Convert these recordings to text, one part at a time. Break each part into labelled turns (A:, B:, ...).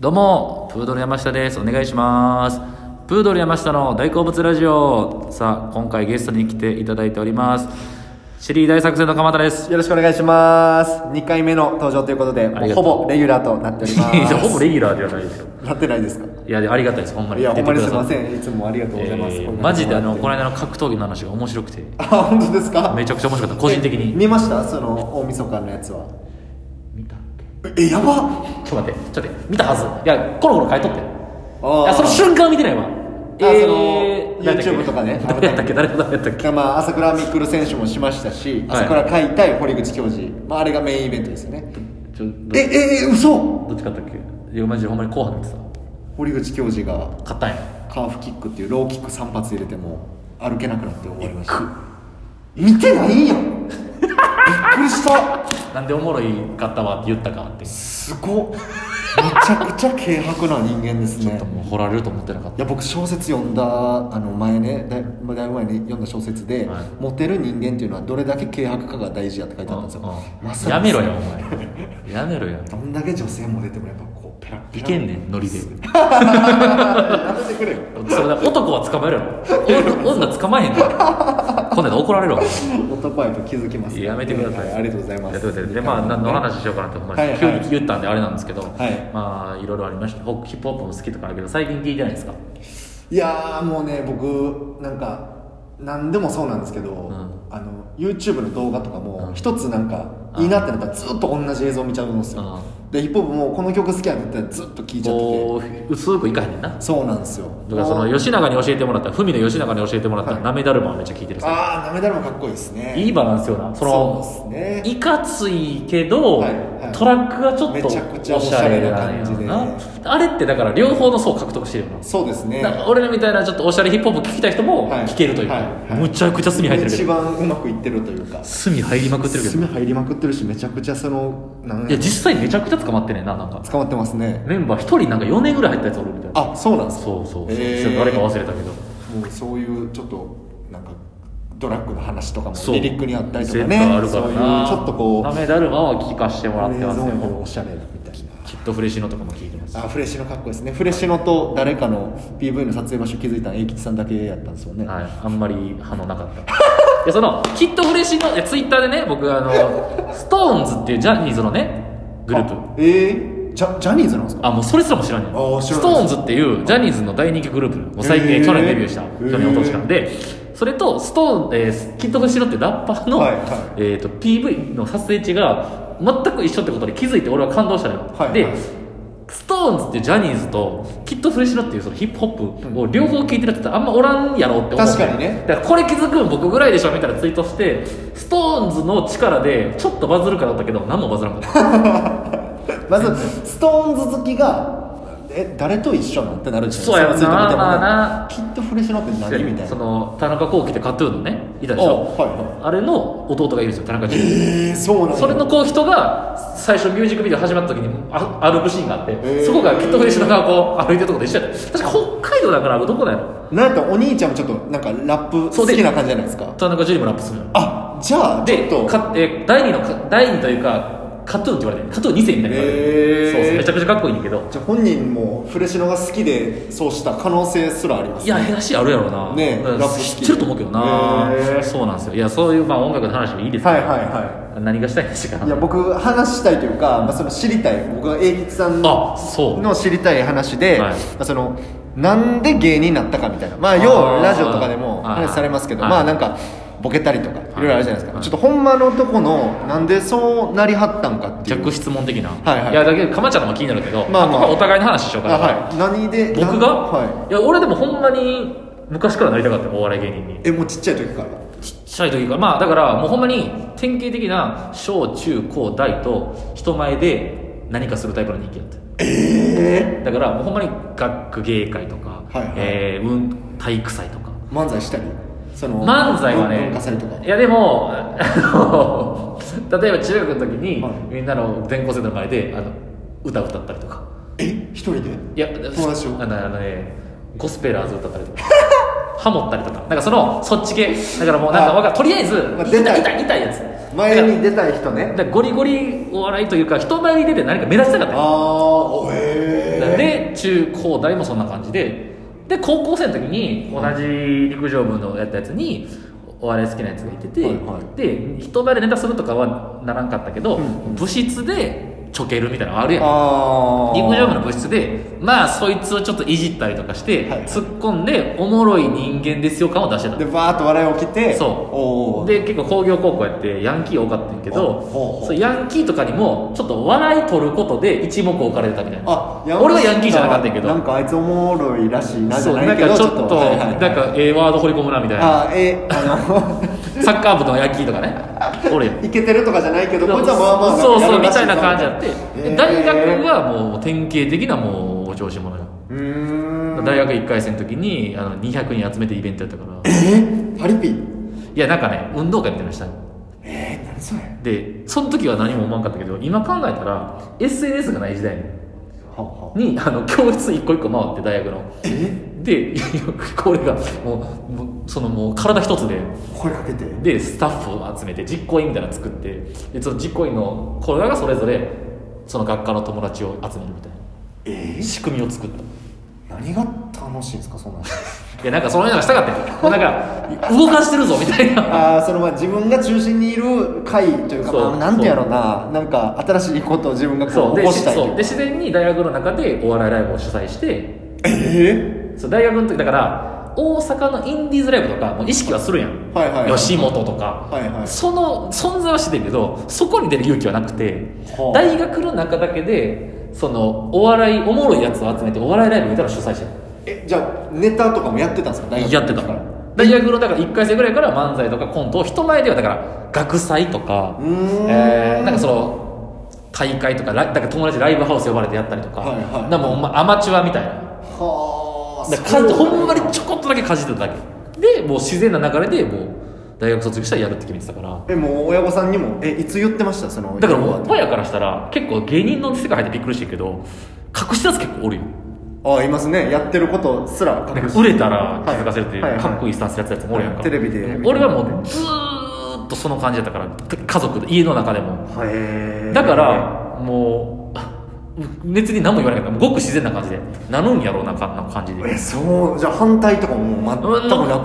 A: どうも、プードル山下です。お願いします。プードル山下の大好物ラジオ。さあ、今回ゲストに来ていただいております。シリー大作戦の鎌田です。
B: よろしくお願いします。2回目の登場ということ
A: あ
B: で、
A: り
B: もう
A: がと
B: ほ
A: う
B: ぼレギュラーとなっており ます。
A: ほぼレギュラーではないですよ。
B: なってないですか
A: いや、ありがたいです。ほんまに。
B: いや、ほんまにすいま
A: ん。
B: せん。いつもありがとうございます。
A: えー
B: こんな
A: マジであの、この
B: れ。
A: 間の格闘技の話が面白くて、
B: あ、本当ですか
A: めちゃくちゃ面白かった。個人的
B: え
A: に。
B: 見ましたその、大晦日のやつは。
A: 見た
B: え、やば
A: ちょっと待って、ちょっと待って、見たはず。いや、コロコロ変えとって。
B: あー
A: いや、その瞬間は見てないわ。
B: その YouTube とかね
A: 誰やったっけ誰が誰やったっけ
B: っまあ、朝倉未来選手もしましたし、
A: はい
B: 朝倉海対堀口教授。まあ、あれがメインイベントですよね。
A: ちょど
B: え、え、え、嘘
A: どっち勝ったっけいやマジでほんまに後半見てた
B: 堀口教授が
A: 勝ったんや
B: カーフキックっていうローキック3発入れても歩けなくなって終わりました見てないやんびっくりした
A: なんでおもろいかったわって言ったかってち
B: すごっめちゃくちゃ軽薄な人間です
A: ょっ
B: ね
A: ともう掘られると思ってなかっ
B: いや僕小説読んだあの前ねだいまあだいぶ前に読んだ小説で、
A: はい
B: モテる人間っていうのはどれだけ軽薄かが大事やって書いて
A: た
B: あったんですよ、
A: うん
B: まさに
A: やめろよお前やめろよ
B: どんだけ女性も出てもやっぱこうペラッペ
A: い
B: ラ
A: けんねんノリでそ
B: やめてくれ よ
A: れだ男は捕まえるやろ女女捕まえへんから今度は怒られるわ
B: 男はやっぱ気づきますね
A: やめてください、
B: はありがとうござい
A: あ
B: ます
A: りがとうございますでまあ何の話しようかなって思いま
B: はい
A: し
B: は
A: た
B: い
A: 急に言ったんであれなんですけど
B: い
A: まあいろいろありましたホヒップホップも好きとかあるけど最近聞いてないですか
B: いやーもうね僕なんか何でもそうなんですけど、
A: ん
B: あの YouTube の動画とか
A: う
B: も
A: ん
B: 一つなんかいいなってなったらずっと同じ映像見ちゃうんですよ、でヒップホップもこの曲好きやなってなったらずっと聴いちゃって
A: こう薄くいかへんねんな
B: てそうなんですよ
A: だからその吉永に教えてもらった文の吉永に教えてもらった
B: はい
A: なめだるまはめっちゃ聞いてるんですよ
B: ああなめだるもかっこいいですね
A: いいバランスよなその
B: そうですね
A: いかついけど、
B: はいはい
A: トラックがちょっ
B: め
A: と
B: ちゃくちゃ
A: おしゃれな
B: おしゃれな感じ
A: なあれってだから両方の層を獲得してるよな、
B: そうですね
A: だから俺らみたいなちょっとおしゃれヒップホップ聞きたい人も
B: はい
A: 聞けるというか、
B: はいはい
A: むちゃくちゃ炭入ってるけ
B: 一
A: ど
B: 番うまくいってるというか
A: 炭入りまくってるけどい
B: 爪入りまくってるしめちゃくちゃそのなん
A: や実際めちゃくちゃ捕まってねえななんか
B: 捕まってますね
A: メンバー一人なんか4年ぐらい入ったやつおるみたいな
B: あそうなんですか
A: そうそうそう、
B: えー
A: ちょっと誰か忘れたけど
B: もうそういうちょっとなんかドラッグの話とかも
A: そう
B: リリックにあったりとか
A: 全
B: ね
A: 部あるから
B: そういう
A: な
B: ちょっとこ
A: な
B: う
A: めだるまは聞かしてもらってます
B: 映像
A: ね
B: もおしゃれみたい
A: きっとフレシノとかも聞いてます
B: なあフレッシュの格好ですねフレッシュのと誰かの PV の撮影場所気づいたの永吉さんだけやったんですよね、
A: はい、あんまり反応なかった いやそのきっと嬉しいのいやツイッターでね僕あのストーンズっていうジャニーズのねグループ
B: えー、ジャジャニーズなんですか
A: あもうそれすらも知らんねん
B: あー知ら
A: ス
B: ない
A: トーンズっていうジャニーズの大人気グループもう最近、
B: へー
A: 去年デビューした
B: へ
A: 去
B: ー
A: 年おとしかんでそれとストーン、えー、きっと嬉しいのっていうラッパーの、
B: はいはい
A: えー、と PV の撮影地が全く一緒ってことに気づいて俺は感動したのよ、
B: はい
A: で、
B: はい
A: ストーンズっていうジャニーズときっとフレッシュノっていうそのヒップホップを両方聴いてるってあんまおらんやろって思う
B: 確かにね
A: だからこれ気づくん僕ぐらいでしょみたいなツイートしてストーンズの力でちょっとバズるかだったけど何もバズらんかった
B: まずストーンズ好きがえ誰と一緒なんてなるじゃ
A: そうや
B: ない
A: ろ
B: です
A: な
B: かツイート見ても
A: まあな
B: きっとフレッシュのって何みたい
A: そ
B: な
A: の田中聖ってカトゥーンのねいたでし
B: お
A: ょ
B: はいは
A: あれの弟がいるんですよ田中聖
B: えー、そうなんだ
A: それのこう人が最初ミュージックビデオ始まった時にあ歩くシーンがあって、
B: ー
A: そこがきっとフレッシュの顔こう歩いてるとこで一緒やった確か北海道だからどこだよ
B: なんかお兄ちゃんもちょっとなんかラップ好きな感じじゃないですか
A: 田中樹もラップするのよ
B: あじゃあちょ
A: で
B: っと
A: か、えー第2のか第二というかカトゥーンって言われてるカトゥーン2世みたいな言われてる
B: へー
A: そうそうめちゃくちゃかっこいいんだけど
B: じゃあ本人もフレシノが好きでそうした可能性すらあります
A: いや、話あるやろな。
B: ねえ
A: だから
B: ラップ好き
A: 知ってると思うけどな
B: へ。ー
A: そうなんですよ。いや、そういう、まあ、音楽の話もいいですけ
B: は
A: ど、
B: いはいは
A: 何がしたいんですか
B: いいや僕話したいというか、まあ、その知りたい僕が英吉さん
A: あ
B: の
A: そう
B: の知りたい話で、
A: はい
B: まあ、そのなんで芸人になったかみたいなまあ
A: ー
B: ようラジオとかでも話されますけど
A: はい
B: まあなんかボケたりとかいろいろあるじゃないですか、
A: はい
B: ちょっとほんまのとこのなんでそうなりはったんかっていう
A: 弱質問的な、
B: はいはい
A: やだけどかまちゃんのも気になるけど、
B: まあまあ
A: ここはお互いの話しよう
B: あ
A: かな、
B: はい何で
A: 僕が、、
B: なんはい
A: や俺でもほんまに昔からなりたかったよお笑い芸人に
B: いえもうちっちゃい時から
A: ちっちゃい時からまあだからもうほんまに典型的な小中高大と人前で何かするタイプの人間やった
B: ええ
A: だからもうほんまに学芸会とか、
B: はいはい
A: えーうん、体育祭とか
B: 漫才したりその
A: 漫才はね
B: 文化祭とか
A: いやでも あの例えば中学の時に、
B: はい
A: みんなの全校生の前であの歌歌ったりとか
B: え一人で
A: いや
B: 友達を
A: あのあのねゴスペラーズ歌ったりとか ハモったりとかなんかそのそっち系だからもうなんか
B: あ
A: わかるとりあえず
B: まあ
A: 痛い
B: 出たい
A: 痛い痛いやつ
B: 前に出たい人
A: だ
B: ね
A: からゴリゴリお笑いというか人前に出て何か目立ちたかった
B: ああおへ
A: だからで中高大もそんな感じでで高校生の時に同じ陸上部のやったやつにお笑い好きなやつがいてて、
B: はいは
A: で人前でネタするとかはならんかったけど、
B: うん
A: 部室でちょけるみたいなのあるやん
B: あ
A: 陸上部の
B: の
A: 部室でまあそいつをちょっといじったりとかして、
B: はいはい
A: 突っ込んでおもろい人間ですよ感を出してた
B: でバーッと笑いを起きて
A: そう
B: おー
A: で結構工業高校やってヤンキー多かったんやけ
B: あほうほ
A: ど
B: う
A: そうヤンキーとかにもちょっと笑い取ることで一目置かれてたみたい
B: あ
A: な俺はヤンキーじゃなかったんやけ
B: なん
A: ど
B: かあいつおもろいらしいなじ
A: そ
B: ゃ
A: う
B: な
A: ないん
B: けど
A: かちょっと
B: はいはい
A: なんかええワード掘り込むなみたいな
B: あえ あ
A: サッカー部のヤンキーとかねおるやん
B: のいけてるとかじゃないけど こいつはまあまあ
A: そうそう
B: る
A: み
B: らした
A: いな感じやって、
B: えー
A: で大学はもう典型的なもうお調子者よ
B: うーん
A: 大学1回生の時にあの200人集めてイベントやったから
B: えーパリピ
A: いやなんかね運動会みたいなのしたの
B: えー、何それ
A: でその時は何も思わんかったけど今考えたら SNS がない時代
B: はは
A: にあの教室一個一個回って大学の
B: え
A: で これがもうもうそのもう体一つで
B: 声かけて
A: でスタッフを集めて実行委員みたいなの作ってでその実行委員のこれらがそれぞれその学科の友達を集めるみたい
B: え
A: な
B: ー、
A: 仕組みを作った
B: 何が楽しいんですかそんなの
A: いやなんかそのようなのがしたかったよなんか動かしてるぞみたいな
B: あーそのまあ自分が中心にいる会というか
A: そう
B: まあ、なんてやろうななんか新しいことを自分がこ
A: そう
B: う起
A: で
B: こしたいとい
A: そう
B: う
A: で自然に大学の中でお笑いライブを主催して
B: え
A: そう大学の時だから大阪のインディーズライブとかもう意識はするやん、
B: はいはい
A: 吉本とか、
B: はいはい
A: その存在はしてるけどそこに出る勇気はなくて、
B: はあ
A: 大学の中だけでそのお笑いおもろいやつを集めてお笑いライブみたいなの主催してる
B: えじゃあネタとかもやってたんですか大学
A: やってた大学のだから1回生ぐらいから漫才とかコントを人前ではだから学祭とか
B: うーん
A: えーなんかその大会とかラだから友達ライブハウス呼ばれてやったりとか,、
B: はいは
A: な
B: い
A: んかもうほんまアマチュアみたいな
B: はあ
A: だからかほんまにちょこっとだけかじってただけでもう自然な流れでもう大学卒業したらやるって決めてたから
B: えもう親御さんにもえいつ言ってましたその
A: だから
B: 要は
A: もう親からしたら結構芸人の世界入ってびっくりしてるけど隠し出す結構おるよ
B: あいますねやってることすら
A: なん
B: 隠
A: か
B: し
A: 売れたら気づかせるっていう
B: はいはいはい
A: かっこいいスタンスやってたやつもおるやんか
B: テレビで
A: 俺はもうずーっとその感じだったから家族で家の中でも
B: へえ
A: だからもう 別に何も言わなかったごく自然な感じでなるんやろうなかな感じで
B: えそうじゃあ反対とかも全
A: うん
B: くな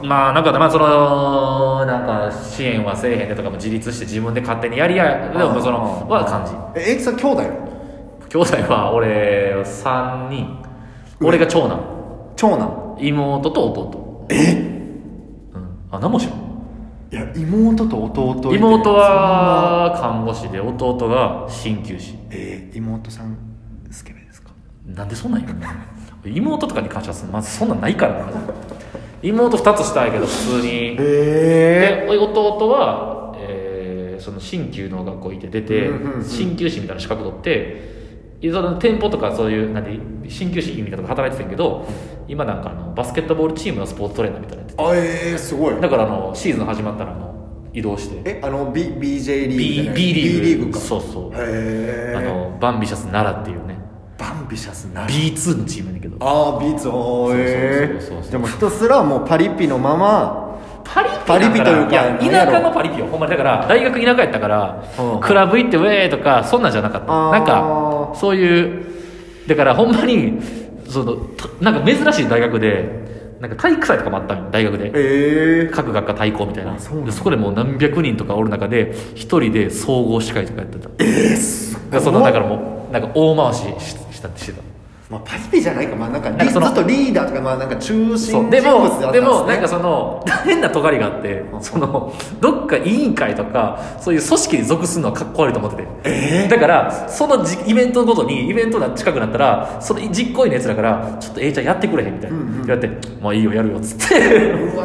B: く
A: まあなんかまあそのなんか支援はせえへんでとかも自立して自分で勝手にやりやでもそのは感じ
B: えエイキさん兄弟
A: 兄弟は俺3人俺が長男
B: 長男
A: 妹と弟
B: え
A: うんあ何もしん
B: いや妹と弟いて
A: 妹は看護師で弟が鍼灸師
B: えー妹さんスケベですか
A: なんでそんなん言うの妹とかに感謝するまずそんなんないからな妹2つしたいけど普通に
B: え
A: で弟は、えーその鍼灸の学校行って出て
B: うんうんうん
A: 鍼灸師みたいな資格取ってその店舗とかそういう何鍼灸師みたいなとこ働いてたんやけど今なんかあのバスケットボールチームのスポーツトレーナーみたいなのやってて
B: あえーすごい
A: だからあのシーズン始まったらあの移動して
B: えあの B BJ リ
A: B,
B: ーグ
A: B リーグ
B: B リーグか
A: そうそう、
B: へ
A: あ
B: え
A: のバンビシャス奈良っていうね
B: バンビシャスな
A: B2 のチームやねんけど
B: ああビーツおーえ
A: そうそうそうそう
B: ーでもひたすらもうパリピのまま
A: パリピ
B: パリピというか
A: や
B: なん
A: 田
B: やろ
A: 舎のパリピよほんまにだから大学田舎やったから、
B: うん
A: クラブ行ってウェーとかそんなんじゃなかった
B: あー
A: なんかそういうだからほんまにそのとなんか珍しい大学でなんか体育祭とかもあったんよ大学で
B: ええ
A: 各学科対抗みたいな
B: そうなん
A: でそこでもう何百人とかおる中で一人で総合司会とかやってただか
B: えーすごい
A: らそのだからもうなんか大回しししたってしてた
B: まあ、パリピじゃないかまあなんか
A: なんかその
B: ずっとリーダーとかまあなんか中心人
A: そう
B: 物
A: で
B: であった
A: も
B: ん
A: で
B: です
A: もなん
B: ね
A: かその変な尖りがあってそのどっか委員会とかそういう組織に属するのはかっこ悪いと思ってて、だからそのじイベントごとにイベントが近くなったらその実行委員のやつだから「ちょっと A ちゃんやってくれへん」みたいな、やって「まあいいよやるよ」っつって
B: うわ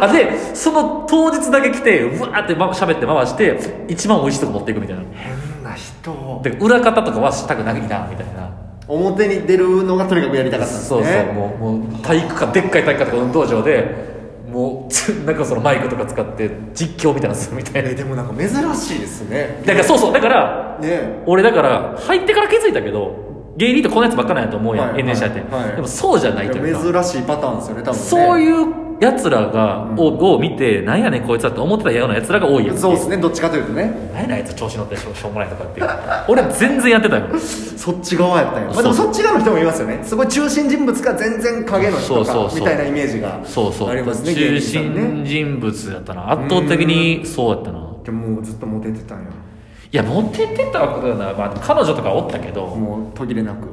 A: あでその当日だけ来てうわーってま喋って回して一番美味しいとこ持っていくみたいな
B: ー変な人
A: で裏方とかはしたくないなみたいな
B: 表に出るのがとにかくやりたかったんです
A: そうそう
B: ね
A: もうもう体育館でっかい体育館とか運動場でもう つなんかそのマイクとか使って実況みたいなのするみたいな
B: えーでもなんか珍しいですね
A: だからそうそうだから
B: ね
A: 俺だから入ってから気づいたけど芸人ってこんなやつばっかなんやと思うやん、
B: はいはい
A: NSC って、
B: はい
A: でもそうじゃないというか
B: 珍しいパターンですよね多分ね
A: そう
B: う
A: いうやつらが、
B: うん
A: をを見てなんやねんこいつだって思ってたようなやつらが多いやん
B: そうですねどっちかというとね
A: 何やねんあいつ調子乗ってしょしょうもないとかっていう 俺は全然や ってたよ
B: そっち側やったんや、まあ、で
A: そう
B: もそっち側の人もいますよねすごい中心人物か全然影の
A: そ
B: 人
A: うそう
B: か
A: そう
B: みたいなイメージが
A: そうそう、
B: ありますね
A: 中
B: 芸人さん
A: 心
B: ね
A: 人物やったな圧倒的にそうやったな
B: でももうずっとモテてたんや
A: いやモテてたわけではない、まあ、彼女とかおったけど、
B: もう途切れなく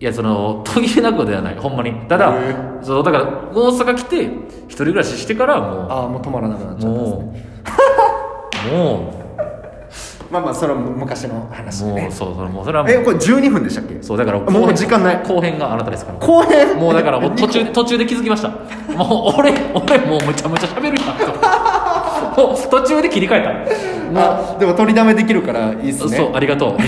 A: いやその途切れなくではないほんまにただ
B: へえ
A: そのだから大阪来て一人暮らししてからも
B: ああもう止まらなくなっ
A: う
B: ちゃったんです
A: も
B: ね
A: うも
B: まあまあそれは昔の話
A: う
B: で
A: も
B: ね
A: うそうそれもうそれはも
B: え
A: う
B: これ12分でしたっけ
A: そうだから
B: もう時間ない
A: 後編があなたですから
B: 後編
A: もうだからもう途 中
B: 二個
A: 途中で気づきましたもう俺俺もうむちゃむちゃ喋るやんともう途中で切り替えたもう
B: あでも取りだめできるからいいっすね
A: そうありが とう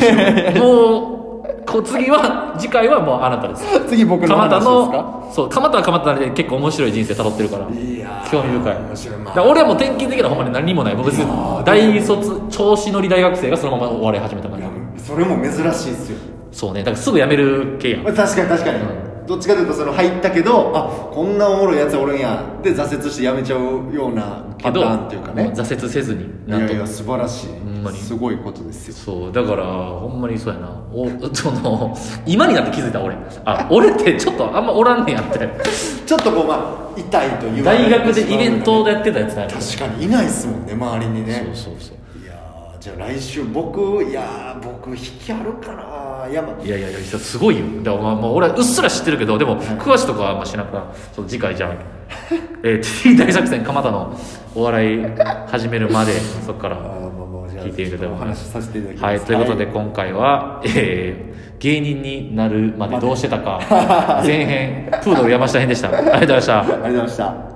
A: もうこう次は次回はもうあなたです
B: 次僕の
A: 蒲
B: 話
A: 田
B: ですか
A: のそう蒲田は蒲田なりで結構面白い人生辿ってるから
B: いやー
A: 興味深い
B: 面白いな
A: だから俺はもう典型的なほんまに何もないもう別
B: いや
A: に
B: ー
A: 大卒調子乗り大学生がそのまま終わり始めたから
B: いやそれも珍しいっすよ
A: そうねだからすぐ辞める系やん
B: まあ確かに確かにどっちかというとその入ったけどあこんなおもろいやつおるんやで挫折してやめちゃうような
A: け
B: パタ
A: ど
B: ーンっていうか
A: も
B: ね
A: う挫折せずに
B: い
A: なん
B: や
A: と
B: いや素晴らし
A: んまに
B: いすごいことですよ
A: そうだからほんまにそうやなおその今になって気づいた俺あ俺ってちょっとあんまおらんねやって
B: ちょっとこうまあ痛いという
A: 大学でイベントでやってたやつなんやけど
B: 確かにいないっすもんね周りにね
A: そうそうそう
B: いやーじゃあ来週僕いやー僕引きあるかないやまあ
A: いやいやいやすごいよだからまあまあ俺はうっすら知ってるけどでも詳しとかはあんましなくなちょっと次回じゃあ えー、T 大作戦蒲田のお笑い始めるまでそこか
B: あ
A: ら
B: ーまあまあじゃあ
A: 聞いてみ
B: ち
A: て
B: ょっ
A: ください
B: とお話しさせていただきます
A: はいということで今回は、えー芸人に なるまでどうしてたか前編プードル山下編でしたありがとうございました
B: ありがとうございました